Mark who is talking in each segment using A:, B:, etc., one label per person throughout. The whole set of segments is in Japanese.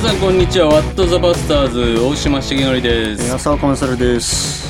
A: さんこんにちはワットザバスターズ大島重則です
B: 浅尾コンサルです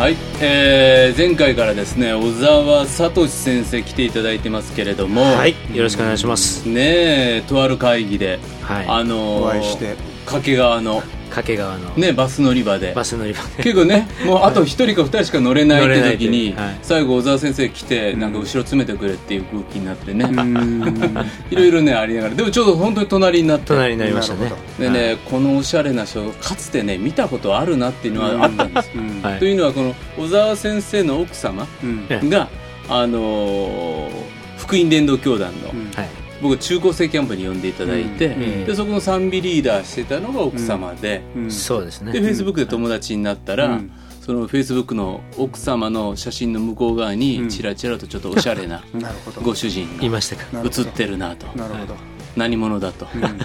A: はい、えー、前回からですね小沢聡先生来ていただいてますけれども
C: はいよろしくお願いします
A: ねえとある会議で、
C: はい
A: あのー
B: お会いして
A: 掛川の
C: 掛川の
A: ねバス乗り場で
C: バス乗り場で
A: 結構ねもうあと一人か二人しか乗れないっ
C: 乗れない
A: て
C: って
A: 時に、
C: はい
A: 最後小沢先生来てなんか後ろ詰めてくれっていう空気になってね いろいろねありながらでもちょうど本当に隣になって
C: 隣になりましたね
B: なるほ
A: でね、このおしゃれな人かつてね見たことあるなっていうのはあったんですよ、
C: はいは
A: と
C: い
A: いうのはこの小沢先生の奥様
B: うん
C: え
A: が、あのー福音伝道教団の、
B: うん
C: はい
A: 僕中高生キャンプに呼んでいただいて、
C: ん
A: でそこの賛美リーダーしてたのが奥様で、
B: うん
C: そうです
A: でフェイ
C: ね
A: スブックで友達になったら、
B: うん
A: そのフェイスブックの奥様の写真の向こう側にちらちらとちょっとおしゃれな
B: なるほど
A: ご主人
C: い
A: が
C: ましたか
B: なるほ
A: 写
B: ど
A: ってるなと
B: なるほど
A: 何者だと、
B: うん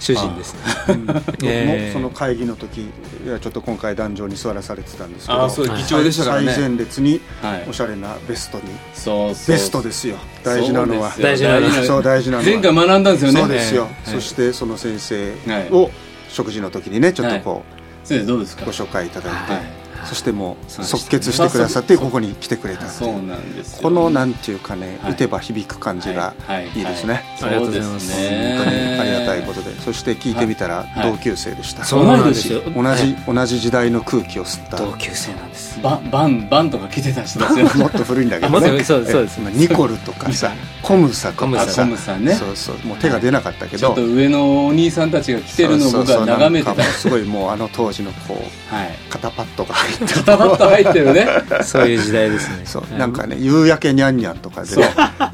C: 主人です
B: うん僕も
C: えー
B: その会議の時いやちょっと今回壇上に座らされてたんですけど
A: ああそう
C: はい
A: 貴重でしたからね、
B: 最前列に
A: はい
B: おしゃれなベストに
A: そうそう
B: ベストですよ大事なのは
A: そうですよ
C: 大事なのは
B: そう大事なのは
A: 前回学んだんですよね
B: そうですよ
A: はい
B: そしてその先生
A: はい
B: を食事の時にねちょっとこ
A: 先生どうですか
B: うご紹介いただい
A: は
B: て
A: い
B: そしてもう
A: そうですね
B: 即決してくださってここに来てくれたって
A: そ
B: い
A: う
B: う
A: なんですよ
B: このなんていうかね、
A: はい
B: 打てば響く感じが
A: はい
B: いいですね、
A: はは
C: ありがとうございます
A: そうですね
B: 本当にありがたいことでそして聞いてみたら
A: はい
B: 同級生でした、
A: そうなんですよ
C: 同
B: 同
C: は
B: じ
C: い
B: 同じ時代の空気を吸った
C: 同級生なんです
A: バンバンバンとか着てた人です よ
B: もっと古いんだけど
C: もっ
B: ね
C: とそうそうです
B: えニコルとかさコムサとかさ
A: コムサね
B: そうそうもう手が出なかったけ
A: ち
B: ど、
A: ょっと上のお兄さんたちが着てるのを
B: そう
A: 僕
B: そうそ
A: は
B: う
A: 眺めてた
B: なんかもうすごいもうあの当時のこう
A: はい
B: 肩パッドが 入って
A: 肩パッと入ってるね
C: そういう時代ですね
B: そう
C: はい
B: なんかね夕焼けにゃんにゃんとかで、ね、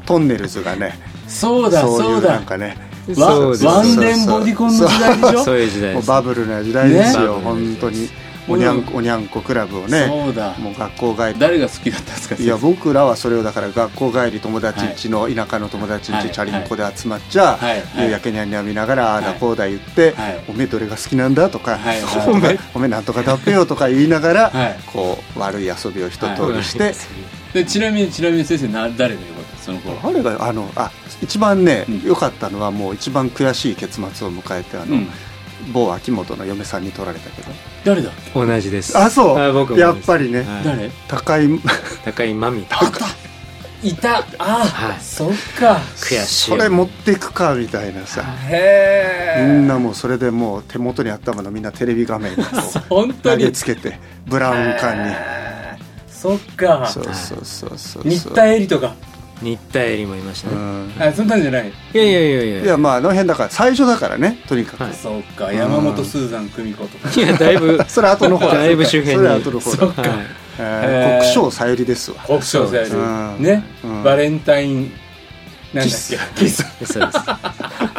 B: トンネルズがね
A: そうだ
B: そうい
A: そう
B: う
A: だ
B: なんかね
A: わ
C: そうです
A: ワンデンボディコンの時代でしょ
C: そういう時
B: も
C: 代で
B: う
C: す
B: バブルな時代ですよ、
C: ね
B: 本当におにゃんこおにゃんこクラブをね
A: そうだ
B: もう学校帰
A: 誰が好きだったんですか
B: りいや僕らはそれをだから学校帰り友達んちの田舎の友達んち、
A: はい
B: チャリンコで集まっちゃ、
A: はいはい
B: 夕焼けにゃんにゃん見ながらああだこうだ言って、
A: はい
B: おめえどれが好きなんだとか、
A: はい
B: おめえおめえなんとかだっぺよとか言いながら、
A: はい
B: こう悪い遊びを一通りして、
A: でちなみにちなみに先生な誰が良かったその頃
B: あれがあのあ一番ね
A: うん
B: 良、かったのはもう一番悔しい結末を迎えてあの、
A: うん
B: 某秋元の嫁さんに取られたけど
A: 誰だ
C: 同じです
B: あそう
C: 僕も
B: やっぱりね
C: はい
A: 誰
B: 高い
C: 高井真美
A: いたあ、
C: はい
A: そっか
C: 悔しい
B: それ持っていくかみたいなさ
A: へ
B: み
A: え
B: んなもうそれでもう手元にあったものみんなテレビ画面にこう
A: 本当
B: 投
A: に
B: げつけてブラウン管に
A: そっか
B: そうそうそうそう
A: 日
B: そう
A: 田絵里とか
C: 新田絵里もいました
B: う
C: ね
B: ん
A: あそんなんじゃない
C: いやいやいやいや
B: いやまああの辺だから最初だからねとにかく、
C: はい
A: そっか
B: うん
A: 山本スーザン久美子とか
C: いやだいぶ
B: それ後の方
C: だいぶ周辺に
B: それ後の方
A: そ
B: だ
A: っ、か
C: はい
B: え
A: へー
B: ー、国章さゆりですわ
A: 国章さゆ
B: うん
A: りね
B: うん
A: バレンタインなんだっけ
B: キス
A: キス
C: そうです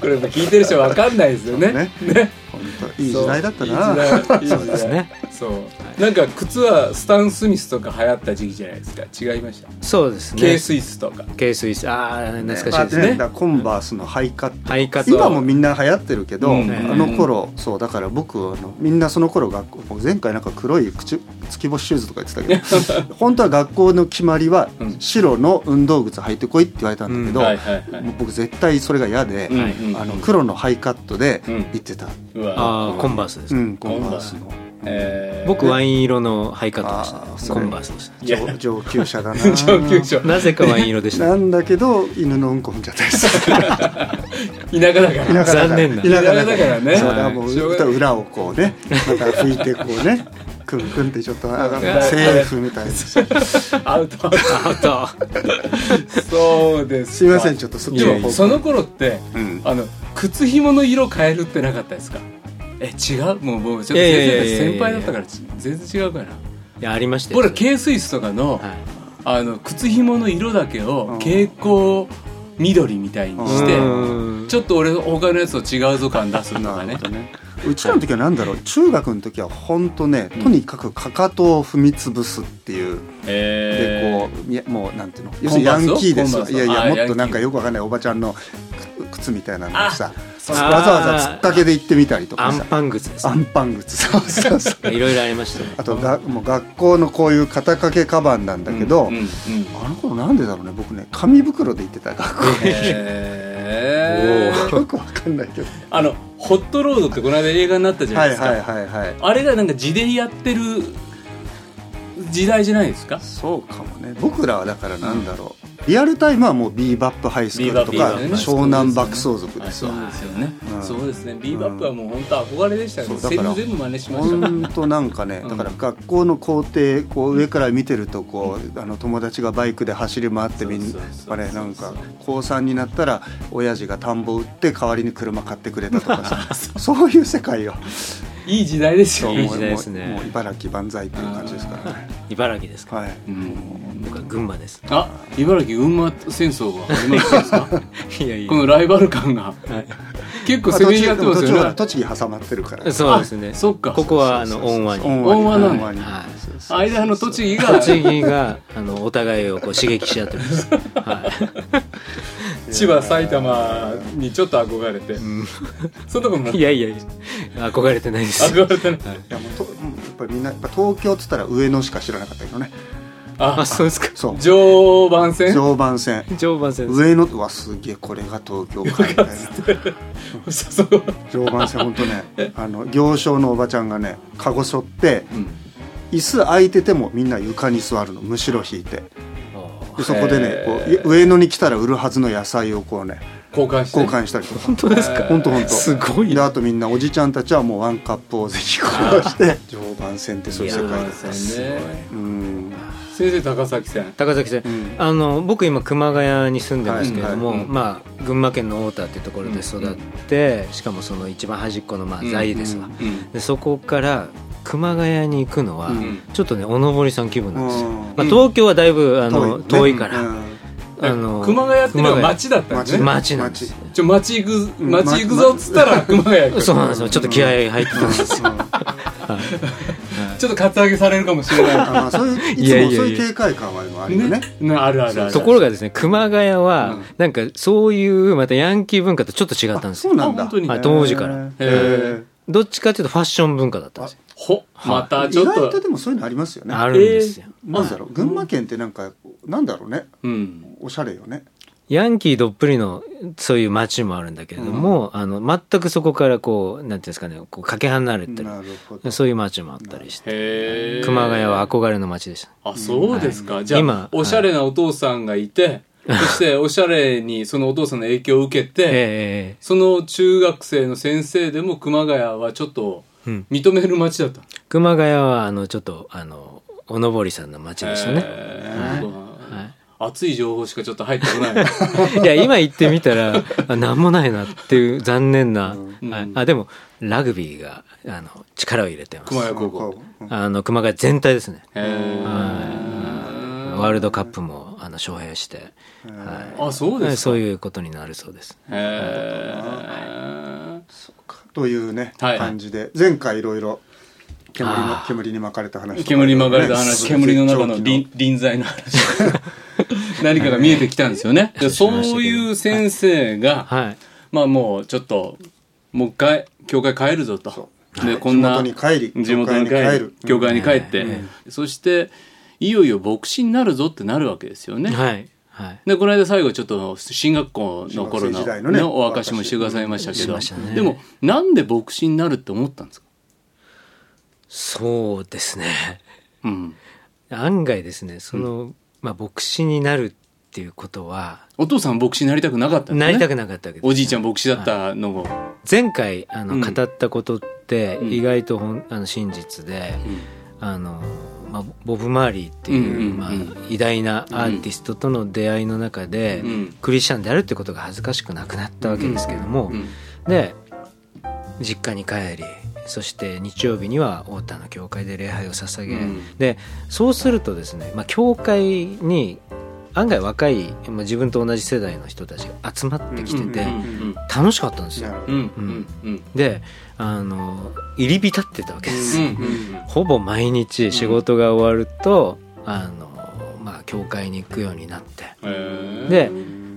A: これも聞いてる人わかんないですよね
B: ね
A: ね
B: 本当いい時代だったな
A: そういい時代いい時代
C: ですね
A: そうなんか靴はスタン・スミスとか流行った時期じゃないですか違いました
C: そうですね
A: K スイスとか
C: ケースイスああ懐かしいです
B: まあ
C: ね
B: だからコンバースのハイカット
C: ハイカツ
B: 今もみんな流行ってるけど、
A: うん
B: あの頃そうだから僕あのみんなその頃学校僕前回なんか黒い口月星シューズとか言ってた けど本当は学校の決まりは
A: うん
B: 白の運動靴履いてこいって言われたんだけど、
A: はいはいはい
B: もう僕絶対それが嫌で、
A: うんうん
B: あの黒のハイカットで
A: うん
B: 行ってた、
A: うわ
C: ああコンバースです
B: う
C: か、
B: ん、コンバースの
A: えー
C: 僕ワイン色のハイカットでした
B: あ
C: ね、
B: ーそ
C: コ
B: れ
C: ンバースでし
A: いや
B: 上上級者だな
A: 上級者
C: たなぜかワイン色でした
B: なんだけど犬のうんこ踏んじゃったりする
A: 田舎だから
B: 田舎だから
C: 残念な
B: 田舎だか
A: 田舎だから
B: ら
A: ね
B: ねそうだからも
A: しょう
B: う
A: がない
B: 裏をこうねまた拭いてこうねくんくんってちょっとあ
A: うん
B: セーフみたいな
A: アウトアウ
C: あと
A: トそうです
B: すいませんち
A: ょ
B: ょっとそっち
A: で
B: の
A: もその頃って
B: うん
A: あの靴ひもの色変えるってなかったですかえ違うもうもうちょっと
C: いやいやい
A: 先生
C: やいや
A: たち先輩だったからち全然違うかない
C: やありましたよ
A: 僕ら K スイスとかの
C: はい
A: あの靴ひもの色だけを
B: うん
A: 蛍光緑みたいにして
C: うん
A: ちょっと俺他のやつと違うぞ感出すとか
B: なる
A: ね
B: ほどねうちらの時は何だろう中学の時は本当ねとにかくかかとを踏み潰すっていうで
A: え
B: こういやもうなんていうの要するにヤンキーです
A: コンバー
B: わ
A: ス
B: いやい
A: あー
B: やもっとな
A: ヤンキー
B: んかよくわかんないおばちゃんのく靴みたいなのをさ
A: そ
B: わ
A: う
B: ざわざ突っかけで行ってみたりと
C: ア
B: か
C: ン
B: さ
C: パン靴です
B: アンパン靴そうそうそう
C: いろいろありまし たね
B: あとがもう学校のこういう肩掛けカバンなんだけ
A: う
B: ど、
A: んうんうん
B: あの頃なんでだろうね僕ね紙袋で行ってた学校
A: へへー
B: よくわかんない けど
A: あのホットロードってこの間映画になったじゃな
B: はいい
A: ですか、
B: はいはいはい
A: あれがなんか地でやってる時代じゃないですか
B: そうかもね僕らはだからなんだろう、リアルタイムはもうビーバップハイスクールと
A: ビーバッ
B: か、
A: プね
B: 湘南爆走族ですよ
A: あそうですよね、
B: うん
A: そうですね b バップはもう本当憧れでしたね、
B: そうだ
A: セ
B: か
A: リ
B: ら
A: フ全部真似しま
B: ほ
A: した
B: んとなんかね
A: うん
B: だから学校の校庭こう上から見てるとこうあの友達がバイクで走り回ってみん
A: そうそうそう
B: なねなんか高3になったら親父が田んぼ売って代わりに車買ってくれたとかさそういう世界よ
A: いい時代ですよ
B: そう
C: いい
B: も
C: 時
B: う
C: 代です
B: も
C: ね
B: うもう茨城万歳っていう感じですからね
C: 茨城ですか、
B: はい
A: うん
C: 僕は群馬です
A: あ茨城群馬戦争が始まるんですか
C: いやい
A: このライバル感が結構
B: まあ
A: 攻め合ってますよね、
B: 途中途中は栃木挟まってるからね
C: そうですね
A: そっか
C: ここはあのオンワ
B: オ
C: に
B: ンワニ
A: オンワなんだ
B: オンワニ
C: はい
B: そうそうそう
A: 間の栃木が
C: 栃木があのお互いをこう刺激し合ってます、は
A: 千葉埼玉にちょっと憧れて、そんなことない
C: い、いやいやいや憧れてないです
A: 憧れてない
B: いやもうとうんやっぱりみんなやっぱ東京っつったら上野しか知らなかったけどね
A: あ
C: あそうですか
B: そう
A: 常磐線
B: 常磐線
C: 常磐線です
B: 上野うわすげえこれが東京かみたいな
A: そこは
B: 常磐線本当 ねあの行商のおばちゃんがねカゴ背負って椅子空いててもみんな床に座るのむしろ引いてでそこでねこ
A: へー
B: う上野に来たら売るはずの野菜をこうね
A: 交換して
B: 交換したりとか
C: 本当ですか
B: 本当本当
C: すごい
B: であとみんなおじちゃんたちはもうワンカップをぜひこう して常磐線ってそういう世界だ
A: 常磐線ね
B: うん
A: 先生高崎線
C: 高崎さん、
B: うん
C: あの僕今熊谷に住んでますけれども、
A: はいはい
C: まあ、群馬県の太田っていうところで育って、しかもその一番端っこの、まあ、
A: うん
C: 在ですわ、
B: うん
A: うん
C: でそこから熊谷に行くのは、
B: うん
C: ちょっとねお登りさん気分なんですよ、
B: うん
C: まあ、東京はだいぶあの、
B: ね
C: 遠いから、
B: うん
C: あの
A: 熊谷っていうのは
C: 熊谷
A: 町だったんですね
B: 町
C: 町なんですよ
A: ちょ町行く
B: うん
A: 町行くぞっつったら熊谷 行く
C: そうなんですよちょっと気合入ってたんですよ、
A: ちょっとカツアゲされるかもしれ
B: あ
A: な
B: まあそういうい
C: いやいや
B: つも
C: いや
B: そういう警戒感は
A: い
B: あ るよね。
A: なあるあるある
C: ところがですね熊谷は、
A: うん
C: なんかそういうまたヤンキー文化とちょっと違ったんです
B: そう
C: よ
B: なん
A: あ
B: だ。
A: 本当に
C: はい当時から
B: へ
A: へ
B: え。
C: どっちかっていうとファッション文化だったんですよ
A: ほまた
B: 意
A: ちょっ
B: 外と
A: と
B: でもそういうのありますよね。
C: あるんですよ、
B: なんだろう群馬県ってなんかなんだろうね
A: うん
B: おしゃれよね。
C: ヤンキーどっぷりのそういう街もあるんだけれども、あの全くそこからこうなんていうんですかねこうかけ離れてる
B: なるほど。
C: そういう街もあったりし
A: へ
C: て
A: え
C: 熊谷は憧れの街でした
A: あそうですか、
C: はい
A: じゃあ
C: 今
A: おしゃれなお父さんがい て、そしておしゃれにそのお父さんの影響を受けて、
C: ええ
A: その中学生の先生でも熊谷はちょっと
C: ええうん、
A: 認める街だった
C: 熊谷はあのちょっとあのおのぼりさんの街でしたね、
A: え
B: はい
A: ー熱い情報しかちょっと入ってこ ない
C: はい、いや今行ってみたらあ何もないなっていう残念な、
A: ん
C: はいあでもラグビーがあの力を入れてます
A: 熊谷高校
B: うん
C: あの熊谷全体ですね
A: へえ
C: ワールドカップもあの招聘して、はい
A: あそうですか
C: そういうことになるそうです。
A: へえ
B: というね
A: はい
B: 感じで前回いろいろ煙の
C: あー
B: 煙に巻かれた話とかね。
A: 煙に巻かれた話、
B: ね
A: 煙の中の
B: 絶頂期
A: 臨臨在の話 何かが見えてきたんですよねでそういう先生が、
C: はい。
A: まあもうちょっともう一回教会帰るぞとでこんな
B: 地元に帰り
A: 地元に帰
B: 教会に
A: る
B: 帰る
A: 教会に帰って、そしていよいよ牧師になるぞってなるわけですよね。
C: はい。はい。
A: でこの間最後ちょっと進学校の頃
B: 進学生
A: の
B: 時代のね
A: お証しもしてくださいましたけ
C: し
A: ど、
C: ましたね
A: でもなんで牧師になるって思ったんですか、
C: そうですね。
A: うん、
C: 案外ですね、その、まあ、牧師になるっていうことは、
A: お父さん牧師になりたくなかったんですね
C: なりたくなかったわけです。
A: おじいちゃん牧師だったのを、
C: 前回、あ
A: うん
C: の、語ったことって、
A: うん
C: 意外とほん、あの、真実で、
A: うん
C: あの、まあ、ボブ・マーリーっていう、
A: うんうんうん
C: まあ、偉大なアーティストとの出会いの中で、
A: うん
C: クリスチャンであるってことが恥ずかしくなくなったわけですけども、
A: うん
C: で実家に帰りそして日曜日には太田の教会で礼拝を捧げ、
A: うん
C: でそうするとですね、まあ、教会に案外若い、まあ、自分と同じ世代の人たちが集まってきてて、
A: うんうん
C: 楽しかったんですよ。
B: なる
A: う
B: ほど
A: んうんうん
C: であの入り浸ってたわけです、
A: うん
C: ほぼ毎日仕事が終わると、あのまあ、教会に行くようになって
A: うんうん
C: で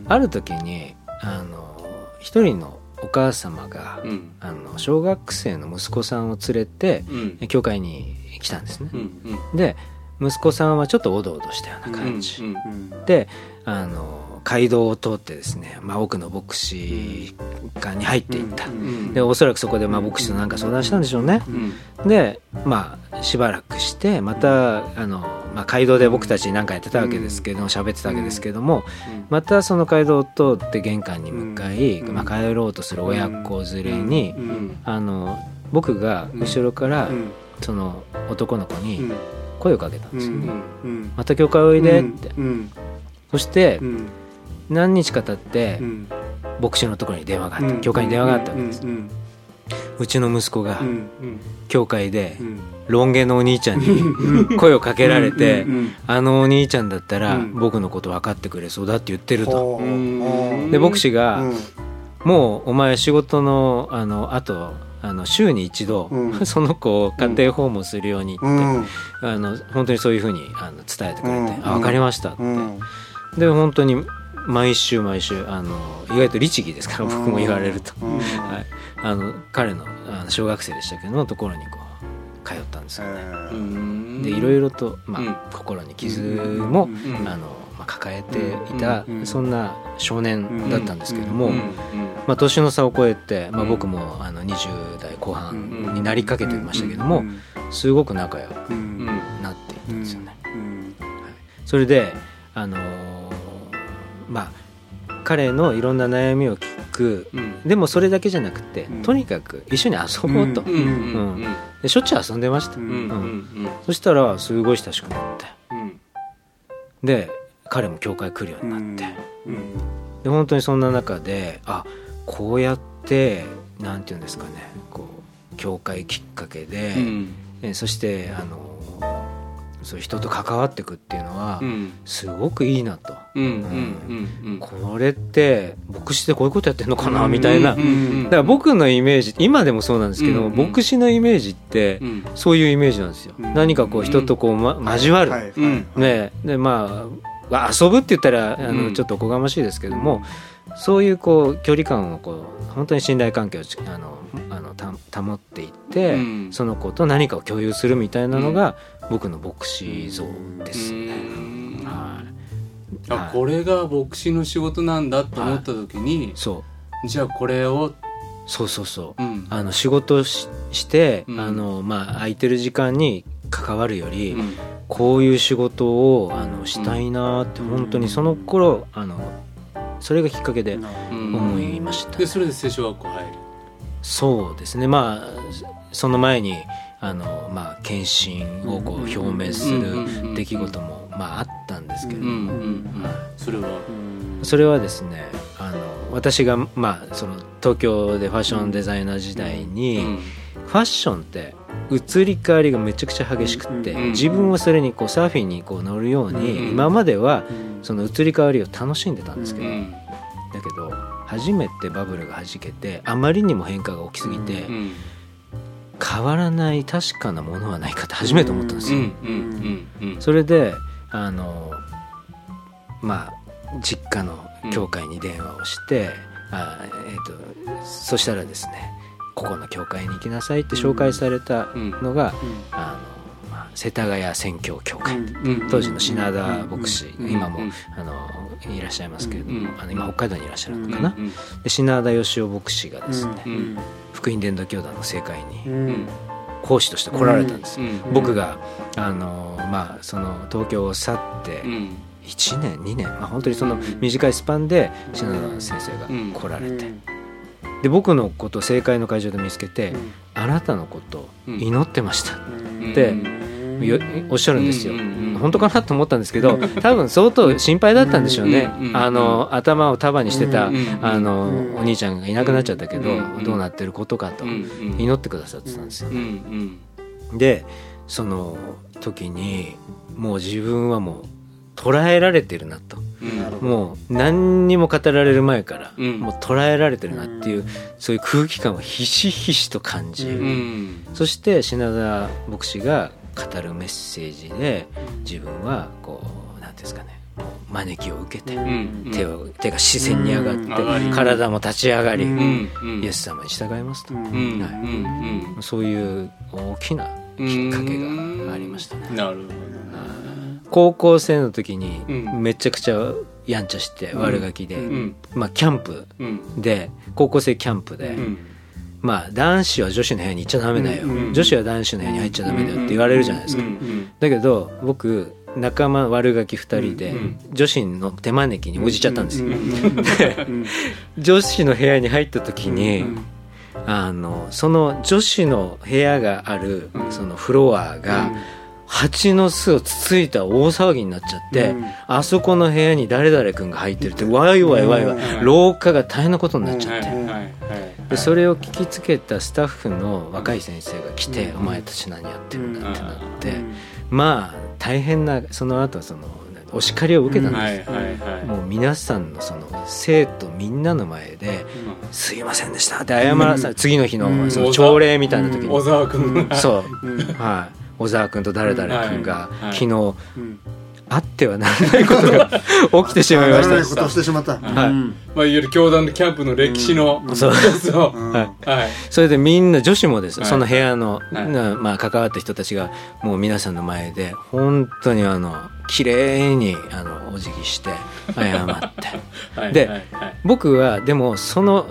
C: ある時にあの一人のお母様が、
A: うん
C: あの小学生の息子さんを連れて
A: うん
C: 教会に来たんですね
A: う。ん
C: で、息子さんはちょっとおどおどしたような感じ、
A: うん
C: であの街道を通ってですね、まあ、奥の牧師館に入っていった、
A: ん
C: でおそらくそこでまあ牧師となんか相談したんでしょうね、
A: うん
C: でまあしばらくしてまたあの、まあ、街道で僕たちなんかやってたわけですけど喋ってたわけですけどもまたその街道を通って玄関に向かい、
B: うん
C: まあ、帰ろうとする親子連れに、
B: うんうん
C: あの僕が後ろから
B: うん
C: その男の子
B: う
C: に
B: ん
C: 声をかけたんですよ、
B: うんうん
C: また教会おいでって、
B: うん
C: そして
B: うん
C: 何日か経って
B: うん
C: 牧師のところに電話があった、
B: うん
C: 教会に電話があったわけです、
B: うんうん
C: うちの息子が
B: うんうん
C: 教会で
B: うん
C: ロン毛のお兄ちゃんに声をかけられて
B: うんうん
C: あのお兄ちゃんだったら
B: うん
C: 僕のこと分かってくれそうだって言ってると。
B: ほう
A: うん
C: で牧師
B: う
C: が
B: ん
C: 「もうお前仕事のあのあとあの週に一度、
B: うん
C: その子を家庭訪問するように」って、
B: うん
C: あの本当にそういうふうにあの伝えてくれて
B: うん
C: 「あ分かりました」って、
B: うん
C: で本当に毎週毎週あの意外と律儀ですから僕も言われると、
B: うん
C: はい、あの彼のあの小学生でしたけどのところにこう通ったんですよね。
A: う
B: え
A: ん
C: でいろいろと、まあ
A: うん
C: 心に傷も、
B: うん
A: うん
C: あのまあ、抱えていた、
B: うん
C: そんな少年だったんですけども、
A: うん
C: まあ、年の差を超えて、まあ、
A: うん
C: 僕もあの20代後半になりかけてましたけど
B: う
C: も
B: ん
C: すごく仲良く
A: うんう
B: う
A: んん
C: なっていったんですよね。
B: うん
C: それで、あのーまあ、彼のいろんな悩みを聞く
A: うん
C: でもそれだけじゃなくて、
B: うん
C: とにかく一緒に遊ぼうと、
A: うんうんうん
C: でしょっちゅう遊んでました、
B: うん
A: うんうん
C: そしたらすごい親しくなって
A: うん
C: で彼も教会来るよう
B: う
C: に
B: ん
C: なって、
B: うん
C: で本当にそんな中であこうやってなんていうんですかねこう教会きっかけで、
A: うん
C: えそしてあのそういう人と関わっていくっていうのは、
A: うん
C: すごくいいなと、
A: うんうんうん
C: これって牧師ってこういうことやってんのかなみたいな、
A: うんうん
C: だから僕のイメージ今でもそうなんですけど、
A: うんうん
C: 牧師のイメージって
A: うん
C: そういうイメージなんですよ、
B: うん
C: 何かこう人とこう、ま交わる、
B: はいはい
A: うん
C: ねでまあわ遊ぶって言ったらあの、
A: うん
C: ちょっとおこがましいですけどもそういうこう距離感をこう本当に信頼関係をちあのあのた保っていって、
A: うん
C: その子と何かを共有するみたいなのが、僕の牧師像ですね。
A: うん
C: はい
A: あ
C: はい
A: これが牧師の仕事なんだと思った時に
C: そう
A: じゃあこれを
C: そうそうそう
A: うん
C: あの仕事しして、
A: うん
C: あのまあ、空いてる時間に関わるより、
A: うん
C: こういう仕事をあのしたいなーって、
B: うん
C: 本当にその頃あのそれがきっかけで
A: うん
C: 思いました、
A: でそれで聖書学校入る
C: そうですねまあその前にあの、まあ、献身をこう表明す
A: うんうんうんうん
C: る出来事も、まあ、あったんですけれど
A: うんうん
C: も、
A: うんそれは
C: それはですねあの私が、まあ、その東京でファッションデザイナー時代に、ファッションって移り変わりがめちゃくちゃ激しくって、
B: うん
A: うん
C: 自分はそれにこうサーフィンにこう乗るように、
A: うん
C: 今までは
B: うん
C: その移り変わりを楽しんでたんですけ
A: う
C: ど、
B: うん
C: だけど初めてバブルが弾けてあまりにも変化が大きすぎて、
A: うん
C: 変わらない確かなものはないかって初めて思ったんです
A: うんう
C: よ。
A: んうんうん
C: それであのまあ実家の教会に電話をして、あえー、とそしたらですねここの教会に行きなさいって紹介されたのが、あのまあ、世田谷宣教協会、
B: うん
C: 当時の品田牧師、
A: うん
C: 今も、
A: うん
C: あのいらっしゃいますけれども、
A: うん
C: あの今北海道にいらっしゃるのか
A: う
C: な、
A: ん
C: で品田義雄牧師がですね、
B: うん
C: 福音伝道教団の政会に
A: うん
B: ん
C: 講師として来られたんです、
A: うん
B: うん
C: 僕があの、まあ、その東京を去って
A: うん
C: 1年2年、まあ、本当にその
B: うん
C: 短いスパンで品田先生が来られて、で僕のことを政界の会場で見つけて、あなたのこと祈ってましたでよおっしゃるんですよ、
A: うんうんうん
C: 本当かなと思ったんですけど多分相当心配だったんでしょうね、
A: うんうんうん
C: あの頭を束にしてた、
A: うんうん
C: あの、
B: うん
C: お兄ちゃんがいなくなっちゃったけど、
A: うんうん
C: どうなってることかと
A: うんうん
C: 祈ってくださってたんですよ、
A: うんうん
C: でその時にもう自分はもう捉えられてるなと
A: うん
B: なるほど
C: もう何にも語られる前から、
A: うん
C: もう捉えられてるなっていうそういう空気感をひしひしと感じ、
B: うん
A: うん
C: そして品田牧師が語るメッセージで自分はこうなんていうんですかねこう招きを受けて、
A: うん
C: 手を手が視線に上がって、
B: うん
A: 上がり
C: 体も立ち上がり、
B: う
A: うんんうん
C: イエス様に従いますと、
A: うんうん
C: はい
A: うん
C: そういう大きなきっかけがありましたね。
A: なるほどな
C: 高校生の時に
A: うん
C: めちゃくちゃやんちゃして悪ガキで、
A: うん
C: まあキャンプ
A: うん
C: で高校生キャンプで、
A: うん
C: まあ男子は女子の部屋に行っちゃダメだよ、
B: うん
A: うん
C: 女子は男子の部屋に入っちゃダメだよって言われるじゃないですか、
A: うんうん
C: だけど僕仲間悪ガキ2人で、
A: うんうん
C: 女子の手招きに応じちゃったんですよ、
B: うん
C: 女子の部屋に入った時に、
B: うん
C: あのその女子の部屋がある
A: うん
C: そのフロアが、蜂の巣をつついた大騒ぎになっちゃって、
B: うん
C: あそこの部屋に誰々君が入ってるってわいわいわいわ
A: う
C: い
A: ん
C: 廊下が大変なことになっちゃ
A: は
C: っ
A: い
C: て、
A: はいはい
C: でそれを聞きつけたスタッフの若い先生が来て「お前たち何やってるんだ」ってなって、まあ大変なその後そのお叱りを受けたんです、
A: はいはいはい
C: もう皆さんのその生徒みんなの前で「すいませんでした」って謝らさ、
B: うん
C: 次の日
B: う
C: の
B: ん
C: その朝礼みたいな時
A: う
C: に、
A: ん小沢君が
C: そう
B: うん
C: はい小沢君と誰々君が
A: うんはいはい
C: 昨日
B: うん
C: あってはならないこ とが起きてしまいまし
B: ならな
C: た
B: いことをしてしまった。
C: はい
B: うん
A: まあいわゆる教団のキャンプの歴史の
B: うん
C: そう
A: そう
B: うん
C: は
A: はい
C: それでみんな女子もです、
A: はい
C: その部屋の、
A: はい
C: なまあ、関わった人たちがもう皆さんの前で本当にあの綺麗にあのお辞儀して謝って
A: はい
C: で
A: はいはい
C: 僕はでもその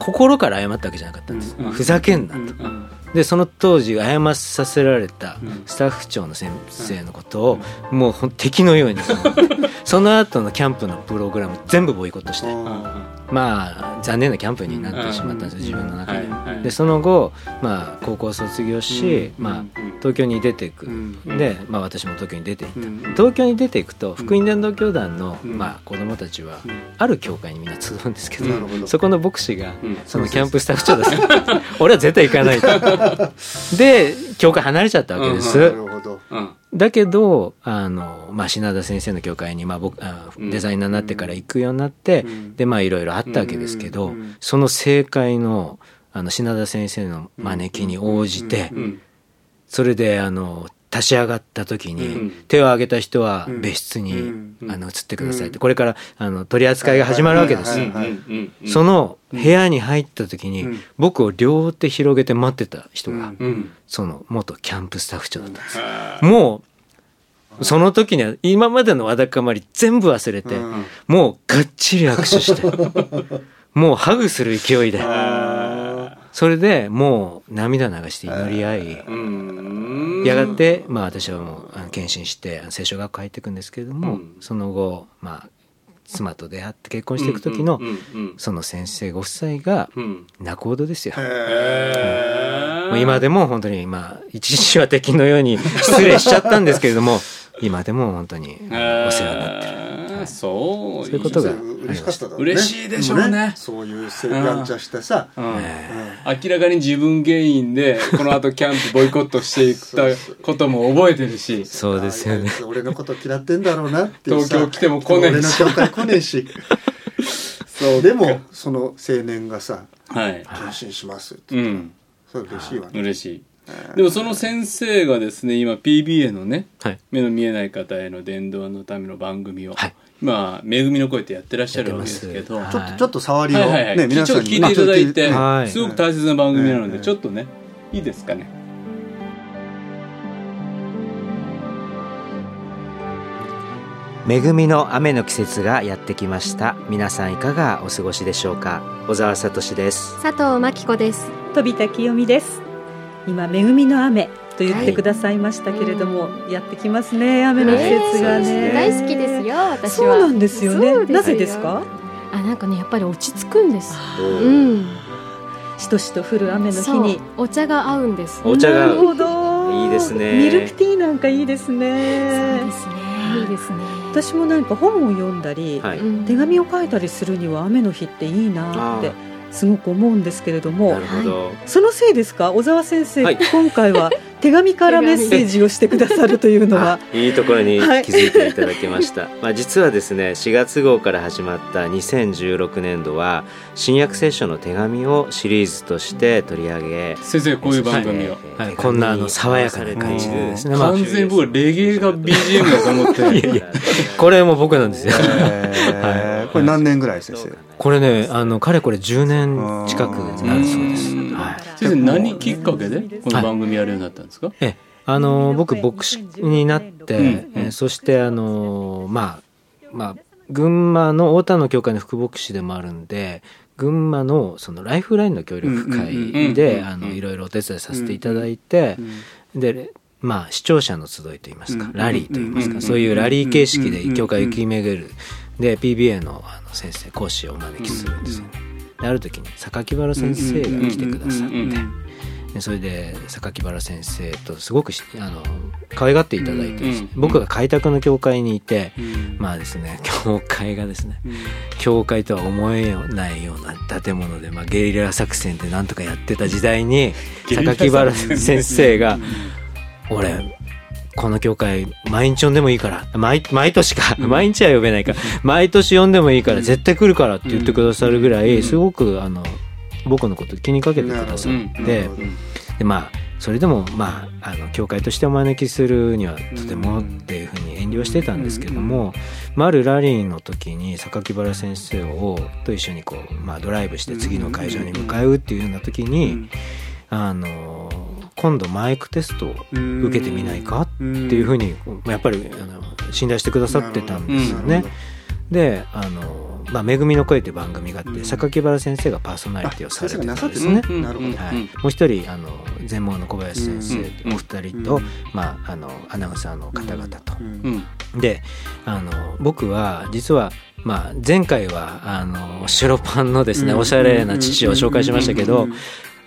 C: 心から謝ったわけじゃなかったんです、
A: うん
C: ふざけんなと、
A: うん
C: でその当時謝させられた
A: うん
C: スタッフ長の先生のことをもうほん敵のようにその後のキャンプのプログラム全部ボイコットして
A: は
C: まあ残念なキャンプになってしまったんですよ自分の
A: い
C: 中で。
A: はい
C: でその後、まあ、高校卒業し、
B: うん
C: まあ
B: うん、
C: 東京に出ていく、
B: うん
C: で、まあ、私も東京に出ていった、
B: うん
C: 東京に出ていくと福音伝道教団の、
B: うん
C: まあ、子供たちは、
B: うん
C: ある教会にみんな集うんですけど,、
B: なるほど
C: そこの牧師が、
A: うん
C: そのキャンプスタッフ長です 俺は絶対行かないと で教会離れちゃったわけです、
A: うん
B: なるほど。
A: うん
C: だけどあの、まあ、品田先生の教会に、まあ、僕あ
A: うん
C: デザイナーになってから行くようになって、
B: うん
C: でまあいろいろあったわけですけど、
B: うんうん
C: その政界のあの品田先生の招きに応じて、
B: うん
A: うん
C: それであの立ち上がった時に、
A: うん
C: 手を挙げた人は別室に、
B: うん
A: うん
C: あの移ってくださいっ
B: う
C: て、
B: ん
C: これからあの取り扱いが始まるわけです。
B: はいはい
A: うんうんうん
C: その部屋に入った時に、
B: うん
C: 僕を両手広げて待ってた人が、
B: うん
A: うん
C: その元キャンプスタッフ長だったんです
A: は
C: もう、その時には今までのわだかまり全部忘れて、
B: うん
C: もうがっちり握手して、 もうハグする勢いで、
A: あ
C: それでもう涙流して祈り合い、
A: ーうん
C: やがて、まあ私はもうあの献身してあの聖書学校入っていくんですけれども、
A: うん
C: その後、まあ妻と出会って結婚していく時の
A: うん、うん
C: その先生ご夫妻が
A: うんうん
C: 仲人ですよ。
A: へ
C: もう今でも本当に、まあ、一時は敵のように失礼しちゃったんですけれ ども、今でも本当にお世話になってる。
A: なってるそう
C: そういうことが
B: 嬉しかっただろうね。
A: 嬉しいでしょうね
B: もそういうせやんちゃしてさ。
A: うん
B: うん
A: 明らかに自分原因でこの後キャンプボイコットして いったことも覚えてるし
C: そうですよね
B: あ。いつ俺のこと嫌ってんだろうなっていうさ。
A: 東京来ても来ねえし
B: 俺の教会来ねえし。
A: そう
B: でもその青年がさ
A: はい
B: 謹慎しますって。
A: うん
B: それ嬉しいわね。
A: 嬉しいでもその先生がですね今 PBA のね
C: はい。
A: 目の見えない方への伝道のための番組を、
C: はい
A: 今「めぐみの声」ってやってらっしゃるわけですけど
C: やっ
B: ち
C: て
B: ょ
C: ま
B: っとちょっと触りを
A: はいはいはい、
B: ね皆
A: ちょ
B: さん
A: っと聞いていただいて、
B: まあ
C: はい
A: すごく大切な番組なので、
B: うん
A: ちょっとねいいですかね
C: 恵みの雨の季節がやってきました。皆さんいかがお過ごしでしょうか。小沢聡です。
D: 佐藤真希子です
E: 飛田清美です今恵みの雨と言ってくださいましたけれども、やってきますね雨の季節がね、
D: 大好きですよ私
E: そう
D: は
E: なんですよね
D: そうよ
E: なぜですか
D: あなんかねやっぱり落ち着くんですう
C: お
D: ん
E: しとしと降る雨の日に
D: そうお茶が合うんです
C: お茶が
E: なるほど
C: いいですね
E: ミルクティーなんかいいです
D: そう
E: ね
D: ですねいいですね
E: 私もなんか本を読んだり、
C: はい。
D: うん
E: 手紙を書いたりするには雨の日っていいなってすごく思うんですけれども
C: なるほど。
E: そのせいですか小沢先生、
C: はい
E: 今回は手紙からメッセージをしてくださるというのは
C: あいいところに気づいていただきました、 まあ実はですね4月号から始まった2016年度は新約聖書の手紙をシリーズとして取り上げ
A: 先生こういう番組を、
C: はいこんなあの爽やかな感じでですね
A: もう
C: まあ
A: 完全に僕はレゲエが BGM だと思って
C: いやいやこれも僕なんですよ
B: へーこれ何年ぐらい先生。
C: これねあのかれこれ10年近くなるそうです、
A: うん
C: はい
A: 先生何きっかけでこの番組やるようになったんですか、
C: えあの僕牧師になって、
A: うん
C: えーそしてあのまあまあ群馬の太田の教会の副牧師でもあるんで群馬のそのライフラインの協力会
A: うんうんうんう
C: で
A: ん
C: あのいろいろお手伝いさせていただいて、でまあ視聴者の集いといいますか、
A: うん
C: ラリーといいます
A: うん
C: か、そういうラリー形
A: う
C: 式
A: ん
C: で教会を行き巡る、で PBA のあの先生講師をお招きするんですよね。である時に榊原先生が来てくださって。でそれで榊原先生とすごくしあの可愛がっていただいてですね、
A: うん
C: 僕が開拓の教会にいて、
B: うん
C: まあですね 教会がですね教会とは思えないような建物で、まあ、ゲリラ作戦でなんとかやってた時代に
A: ゲリラ
C: 榊原先生が
B: う
C: 「俺この教会毎日呼んでもいいから毎毎年か毎日は呼べないから毎年呼んでもいいから絶対来るから」って言ってくださるぐら
A: うん
C: いすごくあの僕のこと気にかけてくださ
A: うん
C: っ
B: ん
C: て。
B: なるほど
C: でまあそれでもまああの教会としてお招きするにはとても
B: う
C: っ
B: ん
C: ていうふうに遠慮してたんですけども、まあ、あるラリーの時に榊原先生をと一緒にこう、まあ、ドライブして次の会場に向かうっていうような時に、あの今度マイクテストを
B: うん
C: 受けてみないか
B: って
C: っていうふう
B: に
C: にやっぱりあの信頼してくださってたんですよね。であの、まあ「めぐみの声」って番組があって、
B: うん
C: 榊原先生がパーソナリティをされてたんですね。
B: うんなるほど
C: はい、もう一人あの全盲の小林先生、
A: うん
C: お二人と、
B: うん
C: まあ、あのアナウンサーの方々と、
A: うん
C: であの僕は実は、まあ、前回はあの白パンのですね、おしゃれな父を紹介しましたけど、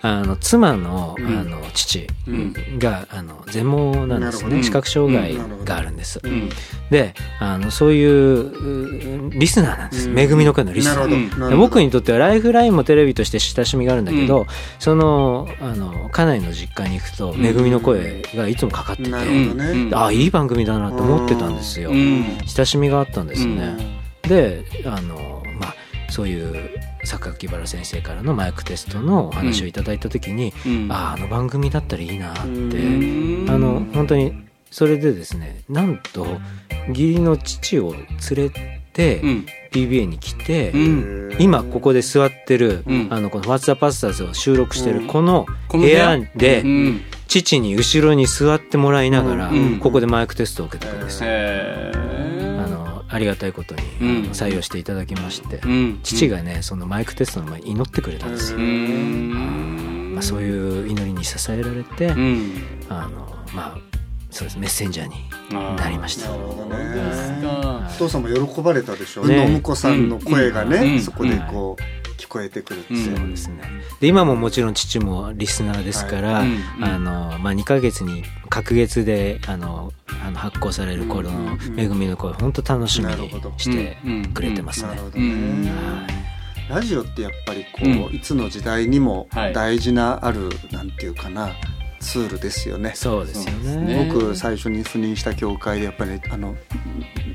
C: あの妻のあ
B: うん
C: の父
A: うん
C: があの全盲なんです
B: なるほ
C: ね
A: ど
C: 視覚障害
B: うんなるほど
C: があるんです。
A: うん
C: であのそういううリスナーなんです、めぐみの会のリスナー
B: な。るほど
C: で僕にとってはライフラインもテレビとして親しみがあるんだけど、
A: う
C: そのあの家内の実家に行くと「
A: うん
C: めぐみの声」がいつもかかってて、
B: なるほどね
A: うん
C: ああいい番組だなと思ってたんですよ、
A: うん
C: 親しみがあったんです
A: う
C: ね、であのまあそういう榊原先生からのマイクテストのお話をいただいた時に、
A: うん
C: あああの番組だったらいいなって、
A: うん
C: あの本当にそれでですねなんと義理の父を連れて
A: うん
C: PBA に来て、
A: うん
C: 今ここで座ってる、
A: うん
C: あのこの「What's the p a s t e r s を収録して
B: うん
C: るこの
A: この
C: 部
A: 部屋
C: 屋で
A: うん
C: 父に後ろに座ってもらいながら
A: うん
C: ここでマイクテストを受けたんです、
A: へー
C: あのありがたいことにあ
A: うん
C: の採用していただきまして、
A: うん
C: 父がねそのマイクテストの前に祈ってくれたんですよ、
A: うん
C: まあ、そういう祈りに支えられて、
A: うん
C: あのまあそうですメッセンジャーに
A: あー
C: なりました
B: なるほど
A: そうです
B: ね
A: か
B: お父さんも喜ばれたでしょう
C: ね
B: ねお婿さんの声が
A: うんう
B: ね
A: ん
B: そこでこう聞こえてくるって
A: うん
C: そうですねで今ももちろん父もリスナーですから、
A: はいうん
C: あのまあ、2ヶ月に隔月であのあの発行される頃
B: うんうん
C: の
B: う
C: 「
B: ん
C: めぐみの声」本当楽しみ
B: なるほど
C: にしてくれてます
B: な
C: ね
B: る。ほど
A: うん
B: ね
C: はい
B: ラジオってやっぱりこう、
A: うん
B: いつの時代にも
A: はい
B: 大事なある、なんていうかなツールですよね。
C: そうですよ
A: そうです
C: ね。
A: ね
B: 僕最初に赴任した教会でやっぱり、あの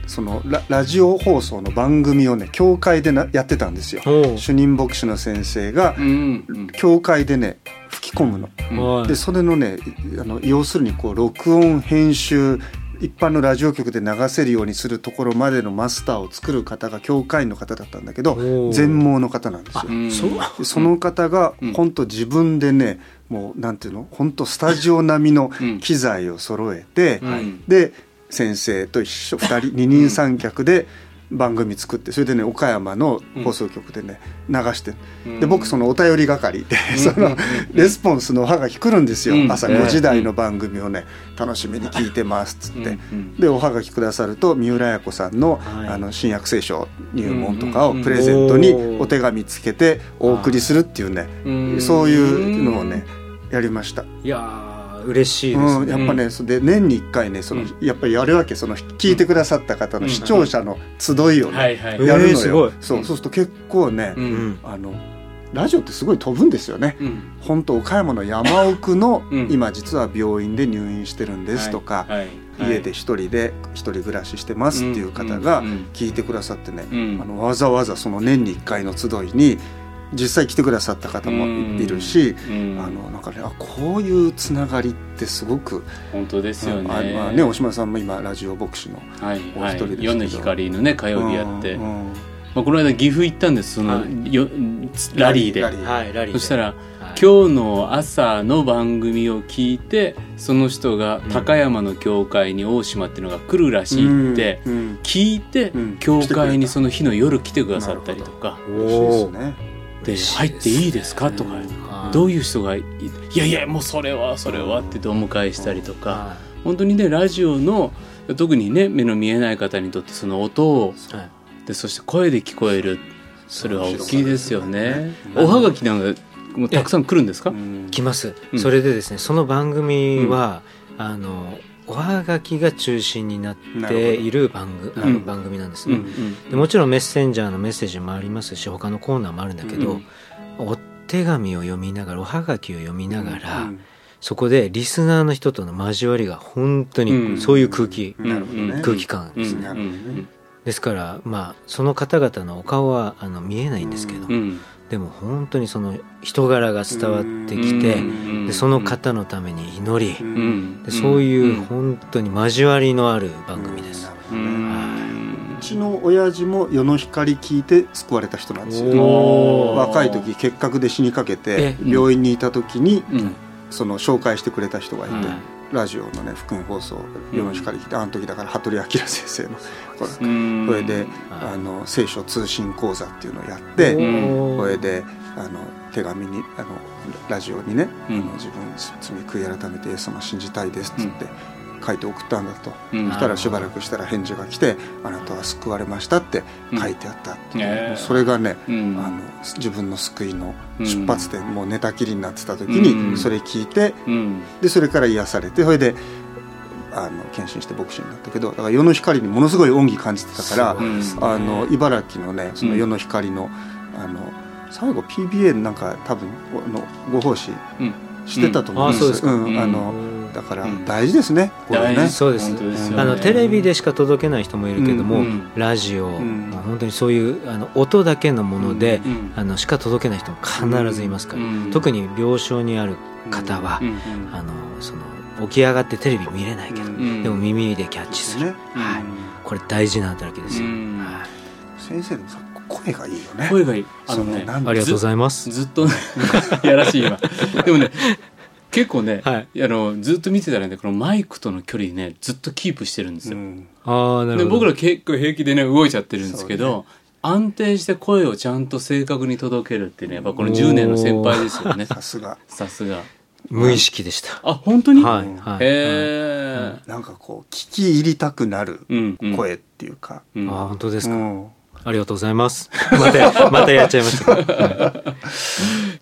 B: そのララジオ放送の番組をね教会でなやってたんですよ。
C: おう
B: 主任牧師の先生が
A: うんうん
B: 教会でね吹き込むの。
C: はい
B: でそれのねいあの要するにこう録音編集一般のラジオ局で流せるようにするところまでのマスターを作る方が教会員の方だったんだけど
C: おー
B: 全盲の方なんですよ。
A: うん
C: そう
B: でその方が
A: うん
B: 本当自分でね、もうなんていうの本当スタジオ並みの
A: うん
B: 機材を揃えて、
A: うん
B: で先生と一緒2人二人三脚で番組作ってそれでね岡山の放送局でね流してで僕そのお便り係で、 そのレスポンスの歯が来るんですよ、
A: うん
B: 朝
A: ええ
B: 5時台の番組をね楽しみに聞いてますっつって。
A: うん
B: でおはがきくださると三浦綾子さんの,、
C: はい
B: あの新約聖書入門とかをプレゼント
C: うんうんう
B: に
C: ん
B: お手紙つけてお送りするっていうね、
A: うん
B: そういうのをねやりました、
C: いやー嬉しいです
B: うん、
C: ね。
B: やっぱねそれで年に1回ねその、
A: うん
B: やっぱりやるわけその聞いてくださった方の視聴者の集いをね、
A: はいはい
C: うん
B: やる
C: えー
B: の
C: す
B: よ、
C: ごい
B: そうそうすると結構ね、
A: う
C: うんん
B: あのラジオってすごい飛ぶんですよね
A: うん
B: 本当岡山の山奥の、
A: うん
B: 今実は病院で入院してるんですとか、
A: はいはい
B: 家で一人で一人暮らししてますっていう方が
A: うんうん
B: 聞いてくださってね、
A: うん
B: あのわざわざその年に1回の集いに実際来てくださった方もいるし、
A: うん
B: あのなんかねあこういうつながりってすごく、
A: 本当ですよね
B: あまあね大島さんも今ラジオ牧師の
A: はいは
B: お一人ですけ
A: い
B: ど
A: 夜の光のね火曜日やって
B: う
A: ま
B: んうん
A: あこの間岐阜行ったんですその
C: は
A: よラリーで
B: ラリー
C: はいラリーで
A: そしたら
C: はい
A: 今日の朝の番組を聞いてその人が高山の教会に大島っていうのが来るらしいって
B: うんうん
A: 聞いて
B: うん
A: 教会にその日の夜来てくださったりとか
B: 嬉しいですね
A: で
C: 嬉し
A: 入
C: い
A: っていいですかとか
C: はい
A: どういう人がいいやいやもうそれはそれはって言ってお迎えしたりとか
C: は
A: 本当にねラジオの特にね目の見えない方にとってその音を
C: いはい
A: でそして声で聞こえるそれは大きいですよね。
B: うん
A: おはがきなんかもうたくさん来るんですか
B: う？ん
C: 来ます、
A: うん
C: それでですねその番組は、あのおはがきが中心になっている番組あの
A: うん
C: 番組なんです
A: うん
C: ね、
A: うん
C: でもちろんメッセンジャーのメッセージもありますし他のコーナーもあるんだけど、お手紙を読みながらおはがきを読みながら、
B: うん
C: そこでリスナーの人との交わりが本当
A: うん
C: にそういう空気、
B: なるほど
A: うん
B: ね
C: 空気感ですね、
B: なるほどね
C: ですからまあその方々のお顔はあの見えないんですけど、
A: うんうん
C: でも本当にその人柄が伝わってきて、
A: うん
C: でその方のために祈り、
B: う
A: うんん
C: でそういう
A: うん
C: 本当に交わりのある番組です
B: な、るほ
A: う
B: どね
A: ん
B: うちの親父も世の光聞いて救われた人なんですよ
A: おー
B: 若い時結核で死にかけて
C: え
A: うん
B: 病院にいた時に
A: うん
B: その紹介してくれた人がいて、
A: は
B: ラジオのね福音放送「世の光聞いて」あの時だから羽鳥明先生のこ
A: う
B: れ
A: ん
B: これで
C: はい
B: あの聖書通信講座っていうのをやって
A: うん
B: これであの手紙にあのラジオにね、
A: うん
B: あの自分罪悔い改めてイエス様信じたいです」っつって書いて送ったんだと、
A: うん
B: そしたらしばらくしたら返事が来て「あなたは救われました」って書いてあったっていう、
A: うん
B: もうそれがね、
A: うん
B: あの自分の救いの
A: うん
B: 出発点、もう寝たきりになってた時
A: う
B: に
A: ん
B: それ聞いて
A: うん
B: でそれから癒されてそれであの献身して牧師になったけどだから世の光にものすごい恩義感じてたから
C: そ。うですね
B: あの茨城のねその世の光の,、あの最後 PBA なんか多分あのご奉仕
A: うん
B: してたと思うん
C: あそうですか
B: うん
A: うん
B: あ
C: う
B: の
C: ん
B: だから
A: うん
B: 大事ですね、これね
A: 大事
C: そうです
A: 本当ですよね
C: あのテレビでしか届けない人もいるけども、
A: うんうん
C: ラジオ、
B: ん
C: まあ本当にそういうあの音だけのもので、
A: うん
C: あのしか届けない人も必ずいますから、
A: うん
C: 特に病床にある方は、
A: うん
C: あのその起き上がってテレビ見れないけど、
A: ん
C: でも耳でキャッチする、
B: ね
C: はい、これ大事な働きですよ、
A: うん
C: はい
B: 先生のさ声がいいよね
A: 声がいいあ
B: そ
A: の
B: の
A: ね
B: なん
C: ありがとうございます
A: ずっとね いやらしい今でもね結構ね
C: はい
A: あのずっと見てたらねこのマイクとの距離ねずっとキープしてるんです
B: う
A: よ
B: ん
C: ああなる
A: で
C: ほど
A: 僕ら結構平気でね動いちゃってるんですけど、安定して声をちゃんと正確に届けるっていうねやっぱこの10年の先輩ですよね
B: さすが
A: さすが
C: 無意識でした、
A: あ本当に、
C: はい
A: へ
C: はい、
A: え、
B: なんかこう聞き入りたくなる
A: うんうん
B: 声っていうか、
A: うん
C: ああ本当です
B: う
C: か、
B: ん
C: ありがとうござい ますまたまたやっちゃいましたけどはい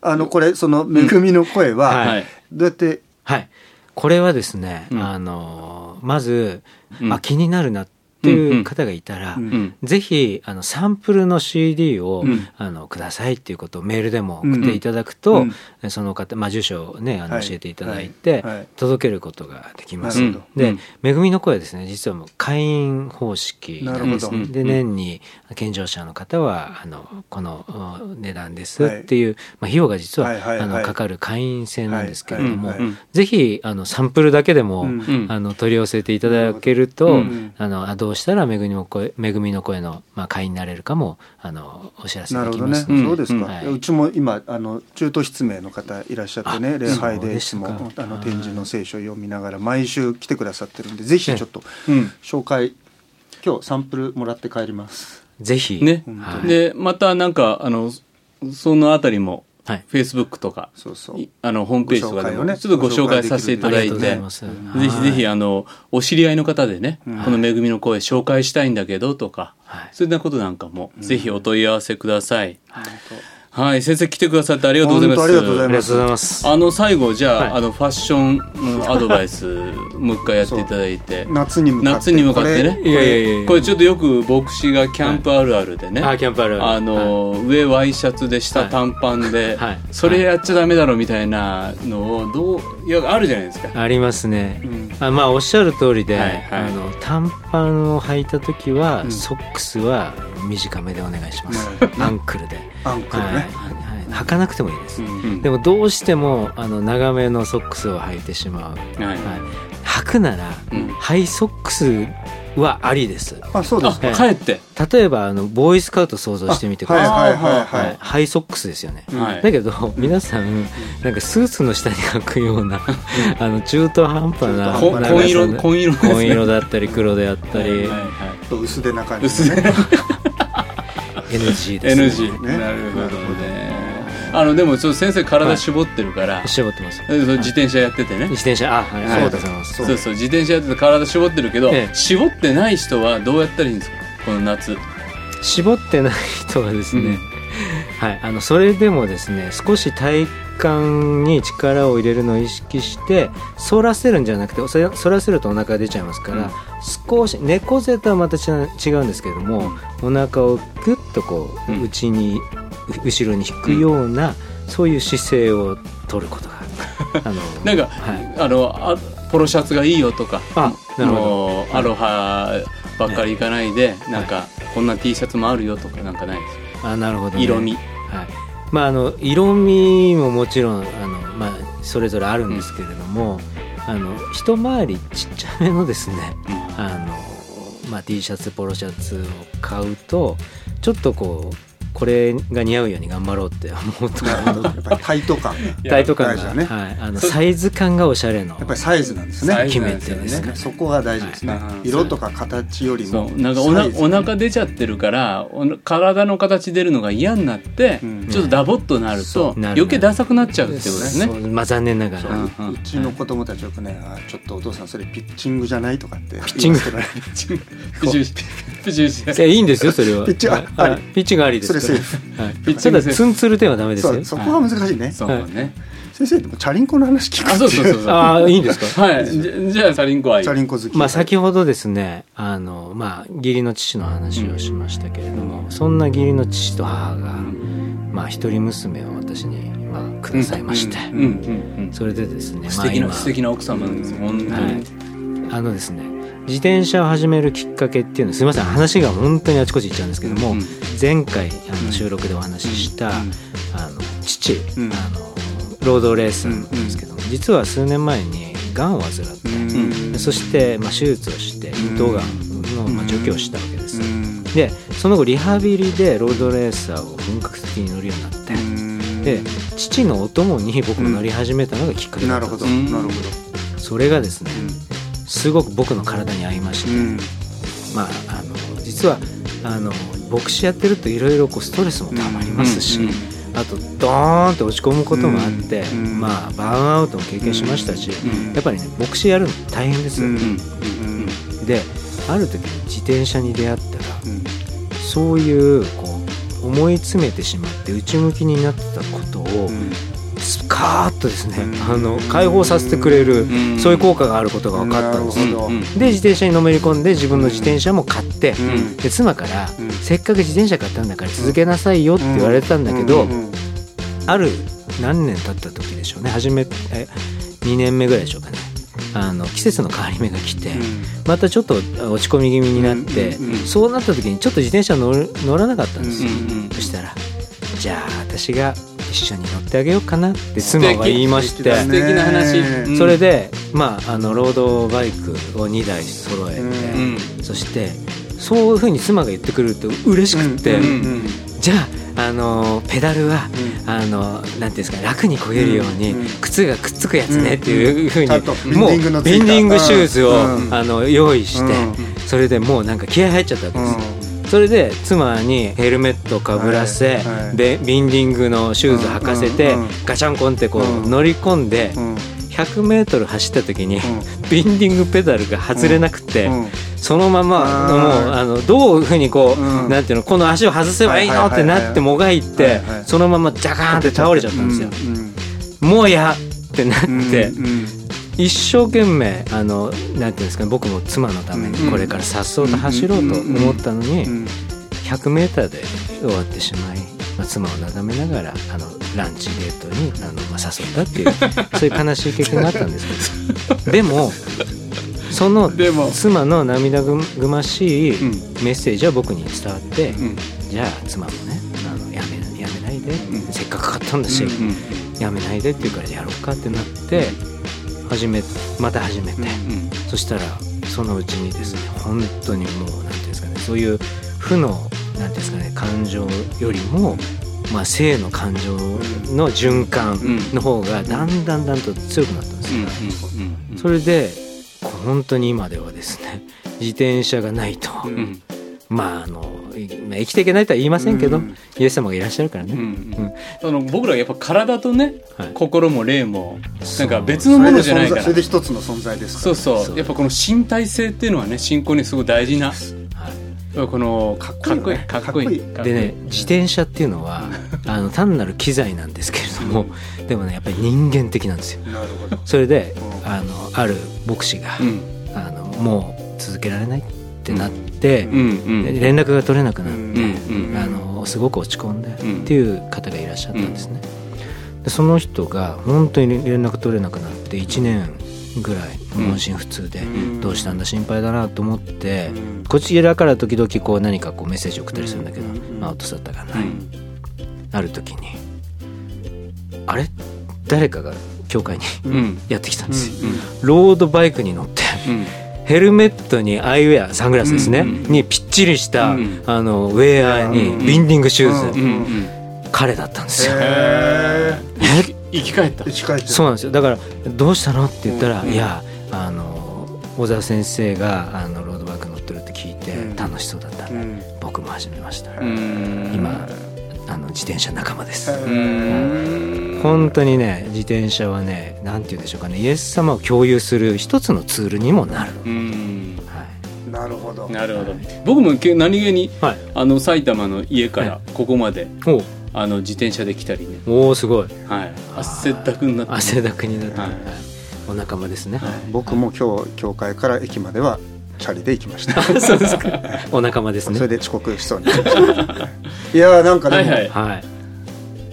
B: あのこれその「めぐみの声は」
C: はい
A: はい
B: どうやって
C: はい。これはですね、
A: うん
C: あのまず、
A: うん
C: あ気になるなっていう方がいたら、
B: うん
A: うん
C: ぜひあのサンプルの CD を、
A: うん
C: あのくださいっていうことをメールでも送っていただくと、その方、まあ、住所をねあの
B: はい
C: 教えていただいて、
B: はいはい
C: 届けることができます。
B: なる
A: ほど
C: で、
A: うん
C: めぐみの声はですね実はもう会員方式なんです
B: なる
C: ね
A: ほど
C: で
A: うん
C: 年に健常者の方はあのこのお値段です
B: はい
C: っていう、まあ、費用が実は,、
B: はいはいはい
C: あのかかる会員制なんですけれども、
B: はいはい
A: うん
C: ぜひあのサンプルだけでも、
B: うん
A: うん
C: あの取り寄せていただけると、
A: うん
C: あのあどうしたらめぐみの声めぐみの声の、まあ、会員になれるかもあのお知らせ
B: な
C: で
B: るほ
C: き
B: ど
C: ま
B: ね、
C: すので、
A: うん
B: そうですか、
C: はいう
B: ちも今あの中途失明の方いらっしゃってね
C: あ
B: 礼拝
C: そう
B: で
C: で
B: いつ
C: す
B: も
C: か
B: あの
C: はい
B: 展示の聖書を読みながら毎週来てくださってるんでぜひちょっと
A: うん
B: 紹介今日サンプルもらって帰ります
C: ぜひ、
A: ね、
C: はい
A: でまたなんかあのそのあたりも
C: はい、
A: フェイスブックとか
B: そうそう
A: いあのホームページとかで
B: ご紹介を
A: も
B: ね
A: ちょっとご紹介させていた
C: あり
A: だ
C: が
A: い
C: とう
A: て
C: ございます。
A: ぜひぜひ
C: はい
A: あのお知り合いの方でね、この「めぐみの声」紹介したいんだけどとか、
C: はい
A: そんなことなんかも、ぜひお問い合わせください、はい先生来てくださってありがとうございます
B: 本当ありがとうござ
C: あ
B: い
C: り
B: ま
C: が
B: す
C: とうございます。
A: あの最後じゃあ,、
C: はい
A: あのファッションうんアドバイスもう一回やっていただいて
B: 夏に向かって
A: 夏に向かってね
B: こ
C: い
B: れ
C: やいやいやいや
A: これちょっとよく牧師がキャンプあるあるでね、
C: あキャンプあるある
A: あの、上ワイシャツで下短パンで、
C: はいはい
A: それやっちゃダメだろみたいなのをどういやあるじゃないですか
C: ありますね。
B: ん
C: あまあおっしゃる通りで、
A: はいはい
C: あの短パンを履いた時は、
B: ん
C: ソックスは短めでお願いします。 アンクルで。
B: アンクル
C: はい、
B: ね、
C: はい、履かなくてもいいです。
A: うん
C: でもどうしてもあの長めのソックスを履いてしまう。
A: はい
C: はい、履くなら、
A: うん
C: ハイソックスはありです
B: あそうです
A: あ
B: か
C: え
A: 帰っ
C: え
A: て
C: 例えばあのボーイスカウト想像してみてください、
B: はいはいはいはい
C: ハイソックスですよね、
B: うん
A: はい
C: だけど皆さんなんかスーツの下に履くようなあの中途半端な
A: こ
C: なんかその
A: 紺色紺色ですね
C: 紺色だったり黒であった
A: はい
C: り
A: はいは
B: ちょっと薄手な感
A: い
B: じ
A: 薄い
C: NG です、ね、
A: NG
B: ね
A: なるほどねあのでもちょっと先生体絞ってるから
C: 絞ってます
A: そう自転車やっててね
C: 自転車あはい
B: そう
C: ありがと
B: です
C: うございます
B: そう
A: そうそう自転車やってて体絞ってるけど
C: ええ
A: 絞ってない人はどうやったらいいんですかこの夏
C: 絞ってない人はですね、
A: うん
C: はい、あのそれでもですね少し体幹に力を入れるのを意識して反らせるんじゃなくてそれ反らせるとお腹が出ちゃいますか
A: う
C: ら、
A: ん
C: 少し猫背とはまたちな違うんですけれども、お腹をグッとこう、
A: うん
C: 内にう後ろに引くような、そういう姿勢を取ることがあの
A: なんか
C: はい、
A: あのあポロシャツがいいよとか
C: あなるほど
A: もうアロハばっかり行かないで、なんか、こんな T シャツもあるよとかなんかないです
C: あなるほど、
A: 色味、
C: はいまあ、あの色味ももちろんあの、まあ、それぞれあるんですけれども、あの一回りちっちゃめのですねあの、まあ、T シャツポロシャツを買うとちょっとこうこれが似合うように頑張ろうって思うと
B: なるほどやっぱりタイト感や
C: タイト感
B: 大事
C: が、
B: だね
C: はい、あの
A: そ
C: サイズ感がおしゃれの
B: っぱりサイズなんです
A: サイ
B: ね
A: ズなんよ
C: 決めてで
B: そこが大事ですね
A: はい
B: 色とか形より
A: そ
B: も
A: うなんかおな
B: サイズ
A: お腹出ちゃってるからおな体の形出るのが嫌になって、
B: うん
A: ちょっとダボっとなると、
C: うん
A: 余計ダサくなっちゃうってことです
C: そ
A: ね。
C: うまあ、残念ながら
A: うんうん
B: うちの子供たちよくね、あちょっとお父さんそれピッチングじゃないとかってピ
C: ッチング
A: プチューシプチューシ
C: いやいいんですよそれは
B: ピッチが
C: はいはい
B: あり
C: ピッチがありです
B: それセー
C: か
B: フ
C: ら、はい
A: ピッチ
C: た
A: が
C: だ
A: セーフ
C: ツンツルではダメです
B: そ
C: よ
B: うそこは難しいね、
A: そうね。
B: 先生でもチャリンコの話聞く
A: あそうそうそうそう。
C: ああいいんですか
A: はいじゃじゃあサリンコはいい
B: チャリンコ好き
C: まあ、先ほどですねあの、まあ、義理の父の話をしましたけれども、そんな義理の父と母が、まあ、一人娘を私に、まあ、くださいまして、
A: うんうんうん
C: それでですね
A: 素敵な、
C: まあ今
A: 素敵な奥様なんです本当に、
C: はい、あのですね自転車を始めるきっかけっていうのはすみません話が本当にあちこち行っちゃうんですけども、
A: うん
C: 前回あの収録でお話しした、あの父、
B: うん
C: あのロードレースなんですけども、実は数年前にがんを患って、
B: うん
C: そして、まあ、手術をして
B: うん
C: 動画の、まあ、除去をしたわけです、
B: うん
C: でその後リハビリでロードレーサーを本格的に乗るようになって、で父のお供に僕も乗り始めたのがきっかけだ
B: な
C: った
B: る
C: ん
B: ほ
C: です
B: ど
A: う
B: なんるほど、
C: それがですね
B: う
C: すごく僕の体に合いまして、
B: ん
C: まああの実はあの牧師やってるといろいろこうストレスもたまりますし、
A: うんうん
C: あとドーンと落ち込むこともあって、
B: うんうん
C: まあバーンアウトも経験しましたし、
B: うん
C: やっぱりね牧師やるの大変ですよ、
B: うん
A: うん
C: である時自転車に出会ったら
B: うん
C: そういうこう思い詰めてしまって内向きになってたことをスカーッとですね、
B: うん
C: あの解放させてくれる、
A: うん
C: そういう効果があることが分かったんです
B: な
C: よ
B: るほど
A: うんうん
C: で自転車にのめり込んで自分の自転車も買って、
B: うん
A: うん
C: で妻から、
B: うん
C: せっかく自転車買ったんだから続けなさいよ」って言われたんだけど、
B: うんうん
C: ある何年経った時でしょうね初めえ2年目ぐらいでしょうかねあの季節の変わり目が来て、またちょっと落ち込み気味になって、
B: うん
A: うん
C: そうなった時にちょっと自転車乗る乗らなかったんですよ、
A: うんうん
C: そしたら「じゃあ私が一緒に乗ってあげようかな」って妻が言いまし
B: 素敵
C: て
B: だ
A: 素。敵な話、
B: ね
A: うん
C: それ、で、まあ、あのロードバイクを2台揃えて、
B: うん
A: うん
C: そしてそういうふうに妻が言ってくれると嬉しくって、
B: うんうん
A: うん
C: じゃああのペダルは、
B: う
C: あのなんていうんですか楽にこげるように、
B: うんうん
C: 靴がくっつくやつねっていうふうに、
B: ちゃんと
C: もう
B: ビンディングのついた
C: ビンディングシューズを、
B: うん
C: あの用意して、
B: う
C: それでもうなんか気合入っちゃったわけです、
B: う
C: それで妻にヘルメットかぶらせ、
B: はいはい
C: でビンディングのシューズ履かせて、
B: うんうんうん
C: ガチャンコンってこう、
B: うん
C: 乗り込んで、
B: んうん
C: 100m 走った時に、
B: ん
C: ビンディングペダルが外れなくて、
B: うん
C: そのまま
B: あー
C: もうあのどういうふうにこう、
B: うん
C: なんていうのこの足を外せばいいの
B: はい
C: っ
B: はい
C: て
B: はいはい
C: なってもがいて、
B: はいはい
C: そのままジャカーンって倒れちゃったんですよ。
B: うんうん
C: もうやってなって、
B: うんうん
C: 一生懸命あのなんていうんですかね僕も妻のため
A: う
C: に
A: ん
C: これからさっそうと走ろうと思ったのに、
B: うん
C: 100m で終わってしまい、まあ、妻をなだめながらあのランチデートにあの、まあ、誘ったっ ていうそういう悲しい経験があったんですけどでもその
A: でも
C: 妻の涙ぐぐましい
A: うん
C: メッセージは僕に伝わって、
A: うん
C: じゃあ妻もねあのやめやめないで、
A: うん
C: せっかく買ったんだし、
A: うん
C: やめないでって言うからやろうかってなって始めまた始めて、
A: うん
C: そしたらそのうちにですね本当にもう何ていうんですかねそういう負の何ていうんですかね感情よりも、まあ、性の感情の循環の方がだんだんだんと強くなったんですよ。
A: うん
C: それでこう本当に今ではですね自転車がないと、
A: うんうん
C: まああのいまあ生きていけないとは言いませんけど、
B: うん
C: イエス様がいらっしゃるから
A: うんう
C: ね、
A: んその僕らやっぱ体とね
C: はい
A: 心も霊もなんか別
B: そ
A: のも
B: れで
A: のじゃな
B: 存
A: いか
B: 在
A: ら
B: それで一つの存在ですか
A: そうそう
C: そう
A: やっぱこの身体性っていうのはね信仰にすごい大事な
C: はい
A: このかっこいいか
B: か
A: っ
B: っ
A: こ
B: こ
A: い
B: い
A: い
B: い
A: かっこいい
C: でね自転車っていうのはあの単なる機材なんですけれどもでもねやっぱり人間的なんですよ
B: らなるほど
C: それで
B: うん
C: あのある牧師が、
A: うん
C: あのもう続けられないってなって、
A: うんうん
C: で連絡が取れなくなって、
A: うんうん
C: あのすごく落ち込んで
A: ん
C: っていう方がいらっしゃったんですね、でその人が本当に連絡取れなくなって1年ぐらい問診不通で、
B: ん
C: どうしたんだ心配だなと思って、
B: うん
C: こちらから時々こう何かこうメッセージ送ったりするんだけど、
B: うんうん
C: まあ、落とさったかな、
A: うん
C: ある時にあれ誰かが教会に
A: うん
C: やってきたんですよ、
A: うん
C: ロードバイクに乗って
A: うん
C: ヘルメットにアイウェアサングラスですね、
A: うんうん
C: にぴっちりした、
A: うん
C: あのウェアに
B: うん
C: ビンディングシューズ、
B: うん
A: うんうん
C: 彼だったんですよ、
B: へ
A: 生き生き返った
B: え生き返ってる
C: そうなんですよだから「どうしたの?」って言ったら「
A: うん
C: いやあの小沢先生があのロードバイク乗ってるって聞いて
B: うん
C: 楽しそうだったん
B: う
C: で、
B: ん
C: 僕も始めました、
A: うん
C: 今あの自転車仲間です、
B: へ
A: うん
C: 本当にね自転車はねなんて言うんでしょうかねイエス様を共有する一つのツールにもなる、
A: うん
C: はい
B: なるほど
A: なるほど僕もけ何気に
C: はい、
A: あの埼玉の家か
C: は
A: らここまで
C: おう
A: あの自転車で来たりね
C: おーすごい
A: はい汗だくになって
C: 汗だくになって、
A: はい
C: はいお仲間ですね、
B: 僕も今日教会から駅まではチャリで行きました
C: そうですかお仲間です
B: それ
C: ね
B: で遅刻しそうにな りましたいやーなんかでも、
A: はいはい
C: はい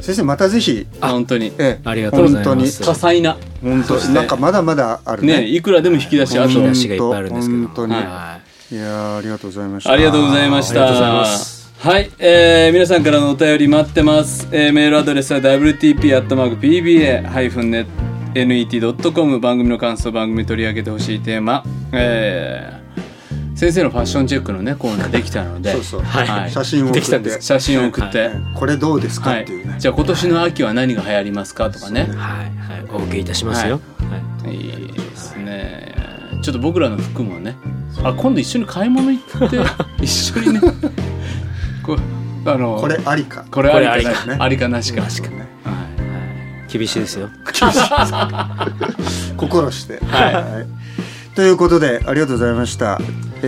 B: 先生またぜひ、
A: あ本当に
B: ええ
C: ありがとうございます
A: 多彩な
B: 本当
A: そして
B: なんかまだまだあるね
A: ねいくらでも引き出しあ
C: 引
A: と
C: き出しがいっぱいあるんですけども
B: 本当に
C: はい
B: やーありがとうございました
A: ありがとうございまし
C: ありがとうござい
A: た
C: ます。
A: はい、えー皆さんからのお便り待ってます。えーメールアドレスは wtp.pba-net.net.com 番組の感想、番組取り上げてほしいテーマ、えー先生のファッションチェックのね、コーナーできたので、
B: そうそう、
C: はい
A: はい
B: 写真を送
C: で
B: っ
C: きた
B: て
C: んです
A: 写真を送って、
B: ええこれどうですか
A: は
B: っていうね、
A: い、じゃあ今年の秋は何が流行りますかとかね。
C: はいはいお受けいたしますよ、はい
A: いいですね。ちょっと僕らの服もね、あ、今度一緒に買い物行って、 一緒にね、こうあの
B: これありか
A: これあり
B: これあり
A: か
B: かね
A: なありかなしか。
B: そうね
A: はい
C: 厳しいですよ
B: 心して
A: はい
B: いということでありがとうございましたえ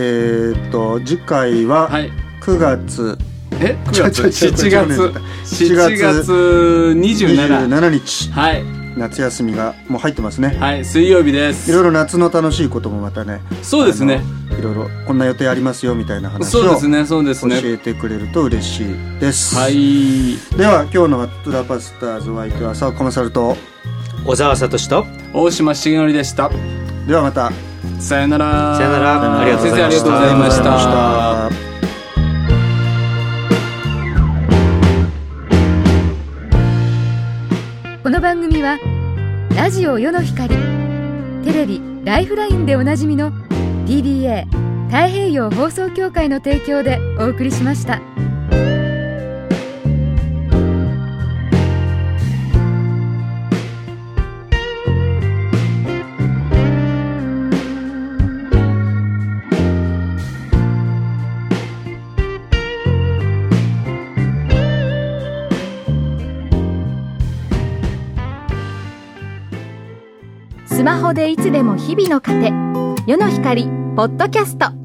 B: ーっと次回は
A: はい。
B: 9月
A: え、9
B: ちょち
A: 月
B: ょちょ
A: 7月7
B: 7
A: 月
B: 月
A: 27
B: 27日
A: はい
B: 夏休みがもう入ってますね、
A: はい水曜日で
B: いろい
A: す。
B: ろ夏の楽しいこともまたね
A: そうですね。
B: あのいろいろこんな予定ありますよみたいな話
A: そう
B: を
A: ですねそうです
B: 教
A: ね。
B: えてくれると嬉しいです、
A: はい。
B: では今日の「ワットダパスターズ」お相手は浅尾コマサルと
C: 小沢聡と
A: 大島茂則でした。
B: ではまた
A: さよなら。
C: さよならありがとうござい
A: 先生あ
C: ました
A: りがとうございま
B: ありがとうござ
A: した
B: いま。した
F: この番組はラジオ世の光テレビ「ライフライン」でおなじみの DBA 太平洋放送協会の提供でお送りしました。
D: スマホでいつでも日々の糧世の光ポッドキャスト